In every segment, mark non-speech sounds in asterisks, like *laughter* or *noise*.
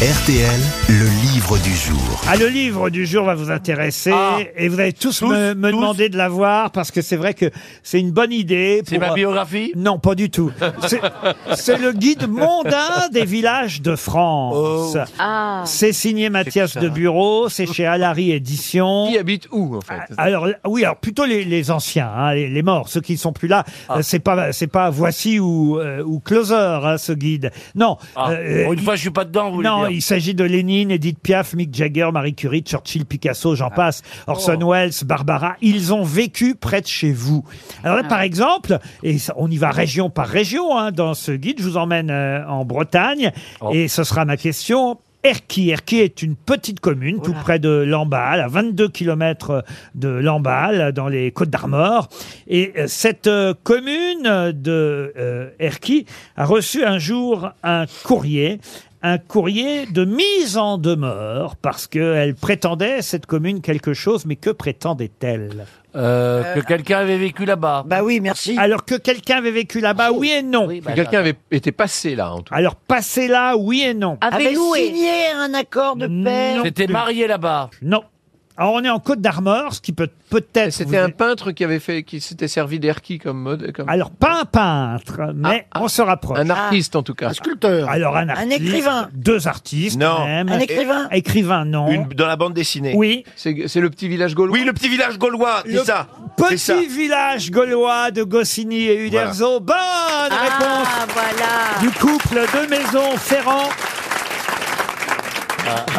RTL, le livre du jour. Ah, le livre du jour va vous intéresser Ah. et vous allez tous, Tous, me, me tous. demander de l'avoir parce que c'est vrai que c'est une bonne idée. C'est pour- ma biographie Non, pas du *laughs* tout. C'est- C'est le guide mondain des villages de France. Ah. Ah. C'est signé Mathias Oh. ça de Bureau, c'est chez Alary Éditions. Qui habite où, en fait Alors l- oui, alors plutôt les, les anciens, hein, les, les morts, ceux qui ne sont plus là. Ah. euh, C'est pas c'est pas voici ou euh, ou closer hein, ce guide. Non. Ah, euh, pour Une fois, je suis pas dedans, vous voulez non, dire. il s'agit de Lénine, Edith Piaf, Mick Jagger, Marie Curie, Churchill, Picasso, Ah. j'en passe, Orson Oh. Welles, Barbara. Ils ont vécu près de chez vous. Alors là, Ah par exemple, et ça- on y va région par région hein, dans ce guide, je vous emmène euh, en Bretagne Oh. et ce sera ma question. Erquy. Erquy est une petite commune tout près de Lamballe, à 22 km de Lamballe, dans les Côtes d'Armor. Et euh, cette euh, commune euh, de euh, Erquy a reçu un jour un courrier un courrier de mise en demeure parce qu'elle prétendait, cette commune, quelque chose, mais que prétendait-elle Euh, que quelqu'un avait vécu là-bas. Bah oui, merci. Alors que quelqu'un avait vécu là-bas, oui et non. Oui, bah, Que quelqu'un avait été passé là, en tout cas. Alors passer là, oui et non. Avait signé un accord de paix. Non. C'était marié là-bas. Non. Alors on est en Côte d'Armor, ce qui peut peut-être... vous- C'était un peintre qui avait fait, qui s'était servi d'Erki comme mode, comme Alors pas un peintre, mais Ah, ah, on se rapproche. un artiste en tout cas. sculpteur. Alors un artiste, écrivain. Deux artistes Non. même. Euh, Un écrivain. Écrivain, non. Une- dans la bande dessinée. Oui. C'est c'est le petit village gaulois. Oui, le petit village gaulois, c'est Le ça. C'est ça. Petit village gaulois de Goscinny et Uderzo. Bonne réponse Ah, voilà. du couple de maison Ferrand.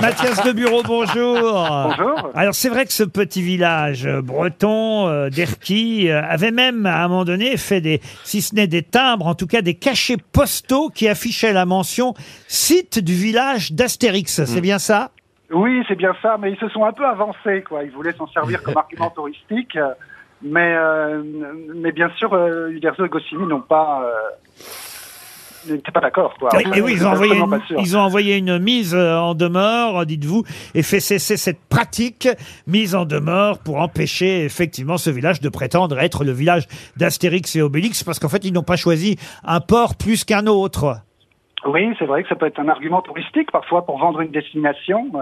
Mathias de Bureau, bonjour. *laughs* Bonjour. Alors c'est vrai que ce petit village euh, breton euh, d'Erquy euh, avait même à un moment donné fait des, si ce n'est des timbres, en tout cas des cachets postaux qui affichaient la mention site du village d'Astérix. Hmm. C'est bien ça Oui, c'est bien ça, mais ils se sont un peu avancés, quoi. Ils voulaient s'en servir comme argument touristique, euh, mais, euh, mais bien sûr, euh, Uderzo et Goscinny n'ont pas. euh, n'étaient pas d'accord, quoi. Et, et oui, ils ont, envoyé Absolument une, pas sûr. ils ont envoyé une mise euh, en demeure, dites-vous, et fait cesser cette pratique, mise en demeure pour empêcher effectivement ce village de prétendre être le village d'Astérix et Obélix, parce qu'en fait, ils n'ont pas choisi un port plus qu'un autre. Oui, c'est vrai que ça peut être un argument touristique parfois pour vendre une destination. euh,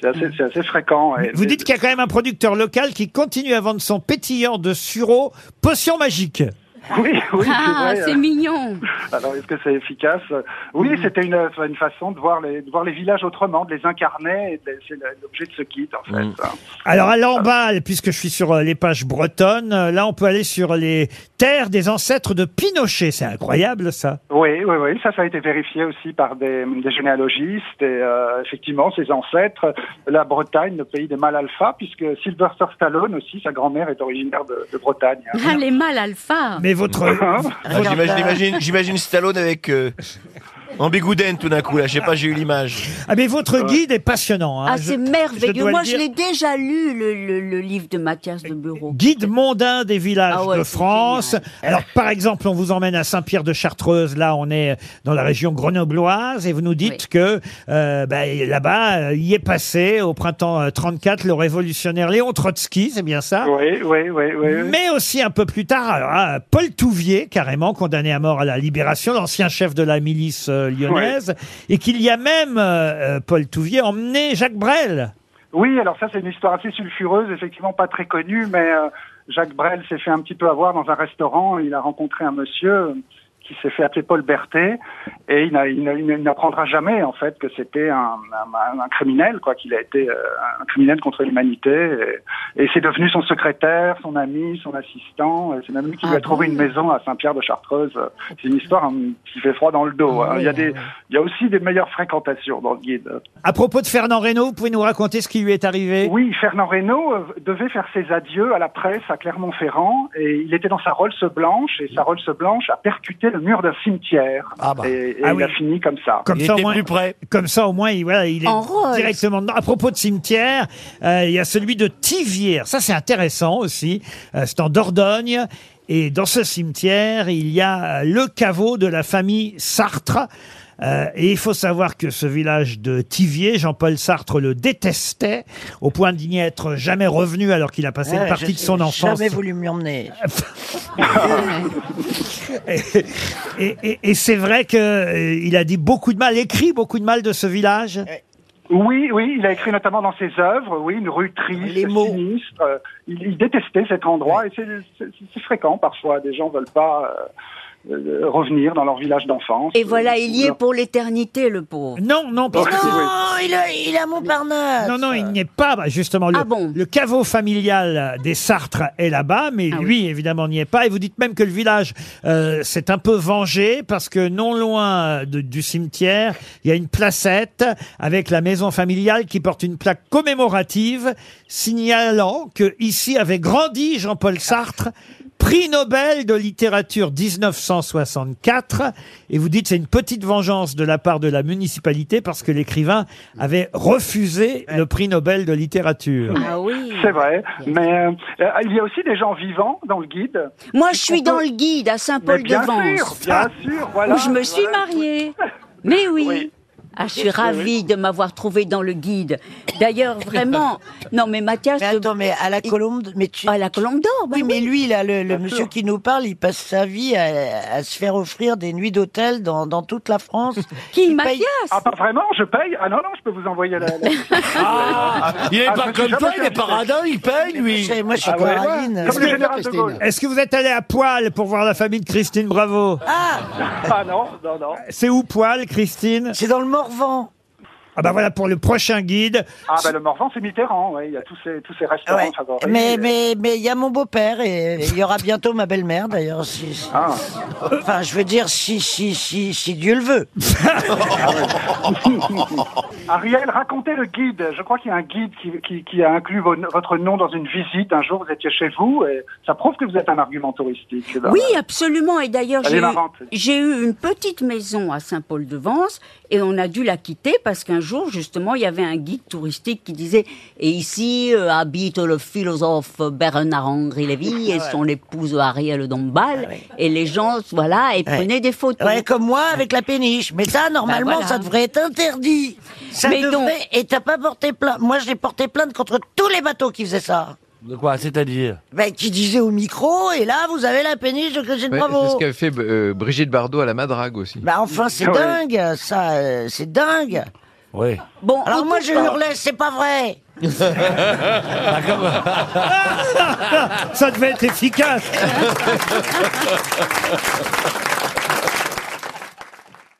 c'est assez, c'est assez fréquent. Euh, et- Vous dites qu'il y a quand même un producteur local qui continue à vendre son pétillant de sureau, potion magique. Oui, oui, Ah, c'est vrai. euh, c'est hein. mignon. Alors, est-ce que c'est efficace Oui, Mm-hmm. c'était une, une façon de voir, les, de voir les villages autrement, de les incarner. et de les- C'est l'objet de ce guide, en Mm. fait. hein. Alors à l'emballe, puisque je suis sur euh, les pages bretonnes, euh, là on peut aller sur les terres des ancêtres de Pinochet. C'est incroyable ça. Oui, oui, oui, ça, ça a été vérifié aussi par des, des généalogistes et euh, effectivement, ses ancêtres, la Bretagne, le pays des mâles alpha, puisque Sylvester Stallone aussi, sa grand-mère est originaire de, de Bretagne. Ah, les mâles alpha. Mais *laughs* votre, Ah, j'imagine, j'imagine, j'imagine Stallone avec euh, en bigouden tout d'un coup. Là, je sais pas, j'ai eu l'image. Ah mais votre guide est passionnant. hein. Ah, Je- c'est je merveilleux. dois Moi, le je dire. l'ai déjà lu, le, le- le livre de Mathias de Bureau. Guide mondain des villages Ah ouais, de c'est France. génial. Alors, par exemple, on vous emmène à Saint-Pierre-de-Chartreuse. Là, on est dans la région grenobloise et vous nous dites que euh, bah, là-bas, euh, y est passé au printemps euh, 34 le révolutionnaire Léon Trotsky, c'est bien ça Oui, oui, oui, oui. Mais aussi un peu plus tard, alors, ah, Paul Touvier, carrément condamné à mort à la Libération, l'ancien chef de la milice euh, lyonnaise, et qu'il y a même, euh, euh, Paul Touvier, emmené Jacques Brel. Oui, alors ça, c'est une histoire assez sulfureuse, effectivement pas très connue, mais euh, Jacques Brel s'est fait un petit peu avoir dans un restaurant. Il a rencontré un monsieur qui s'est fait appeler Paul Berthet, et il, n'a- il n'a- il n'apprendra jamais, en fait, que c'était un, un- un criminel, quoi, qu'il a été euh, un criminel contre l'humanité. Et, et c'est devenu son secrétaire, son ami, son assistant. et C'est même lui qui lui a trouvé une maison à Saint-Pierre-de-Chartreuse. C'est une histoire hein, qui fait froid dans le dos. hein. Il, y a des, il y a aussi des meilleures fréquentations dans le guide. À propos de Fernand Reynaud, vous pouvez nous raconter ce qui lui est arrivé Oui, Fernand Reynaud euh, devait faire ses adieux à la presse à Clermont-Ferrand et il était dans sa Rolls blanche et sa Rolls blanche a percuté le mur d'un cimetière Ah bah. et, et Ah il oui. a fini comme ça. Comme il ça, au était moins- plus près. Comme ça, au moins, il, voilà, il est En Rolls. directement dedans. À propos de cimetière, euh, il y a celui de Tivière. Ça, c'est intéressant aussi. Euh, c'est en Dordogne. Et dans ce cimetière, il y a euh, le caveau de la famille Sartre. Euh, et il faut savoir que ce village de Tivier, Jean-Paul Sartre le détestait au point d'y être jamais revenu alors qu'il a passé Ouais, une partie j'ai- de son j'ai enfance. *laughs* Jamais voulu m'y emmener. Et, et- et c'est vrai qu'il a dit beaucoup de mal, écrit beaucoup de mal de ce village. Oui, oui, il a écrit notamment dans ses œuvres, oui, une rue triste, Les mots. sinistre. euh, Il, il détestait cet endroit et c'est- c'est c'est fréquent parfois. Des gens veulent pas euh, euh, revenir dans leur village d'enfance. Et voilà, il y est Leur- pour l'éternité, le pauvre. Non, non, *laughs* parce que- Non, Oh, il a, il a Montparnasse. Non, non, il n'y est pas, bah, justement. Le, Ah bon le caveau familial des Sartres est là-bas, mais Ah lui, évidemment, n'y est pas. Et vous dites même que le village euh, s'est un peu vengé parce que non loin euh, de- du cimetière, il y a une placette avec la maison familiale qui porte une plaque commémorative signalant que ici avait grandi Jean-Paul Sartre. Prix Nobel de littérature 1964. Et vous dites, c'est une petite vengeance de la part de la municipalité parce que l'écrivain avait refusé le prix Nobel de littérature. Ah oui. C'est vrai, mais euh, euh, il y a aussi des gens vivants dans le guide. Moi, je suis dans le guide à Mais bien sûr, Saint-Paul-de-Vence, bien sûr, voilà. Ah. où je me suis Voilà. mariée. Mais oui. Oui. Ah, je suis ravie de m'avoir trouvée dans le guide. D'ailleurs, vraiment. Non, mais Mathias, Mais de- attends, mais à la colombe, mais tu. à la Colombe d'Or, bah Oui, mais oui. lui, là, le, le Bien monsieur sûr. qui nous parle, il passe sa vie à, à se faire offrir des nuits d'hôtel dans, dans toute la France. qui, il paye- Mathias Ah pas vraiment, je paye Ah non *laughs* non, je peux vous envoyer la. la- Ah, il est Ah, je pas me comme suis toi, jamais il est servi de ça. paradin, il paye, Je lui. sais, Moi, je suis Ah ouais, Coraline. ouais. Comme le général de Gaulle. Est-ce que vous êtes allé à poil pour voir la famille de Christine Bravo Ah non non non. C'est où poil, Christine C'est dans le Morvan. Ah bah voilà pour le prochain guide. *laughs* Ah bah le Morvan c'est Mitterrand, ouais, il y a tous ces tous ces restaurants Ouais. favoris. Mais mais mais il y a mon beau-père et il y aura bientôt ma belle-mère d'ailleurs. si- si- Ah. Enfin, je veux dire si si si si Dieu le veut. Ariel, racontez le guide. Je crois qu'il y a un guide qui, qui, qui a inclus vo- votre nom dans une visite. Un jour, vous étiez chez vous et ça prouve que vous êtes un argument touristique. là. Oui, absolument. Et d'ailleurs, Elle j'ai est eu- marrante. j'ai eu, une petite maison à Saint-Paul-de-Vence et on a dû la quitter parce qu'un jour, justement, il y avait un guide touristique qui disait Et ici euh, habite le philosophe Bernard-Henri Lévy Ah et son épouse Ariel Dombal. Et les gens, voilà, et prenaient des photos. Ouais, comme moi avec la péniche. Mais ça, normalement, Bah, voilà. ça devrait être interdit. Ça Mais devrait. donc- Et t'as pas porté plainte. Moi, j'ai porté plainte contre tous les bateaux qui faisaient ça. De quoi C'est-à-dire Ben, qui disaient au micro. Et là, vous avez la péniche de Christine Ouais, Bravo. c'est ce qu'avait fait euh, Brigitte Bardot à la Madrague aussi. Bah enfin, c'est Ouais. dingue, ça, euh, c'est dingue. Oui. Bon, Alors on moi, peut je pas. bah hurlais, c'est pas vrai. Ça devait être efficace.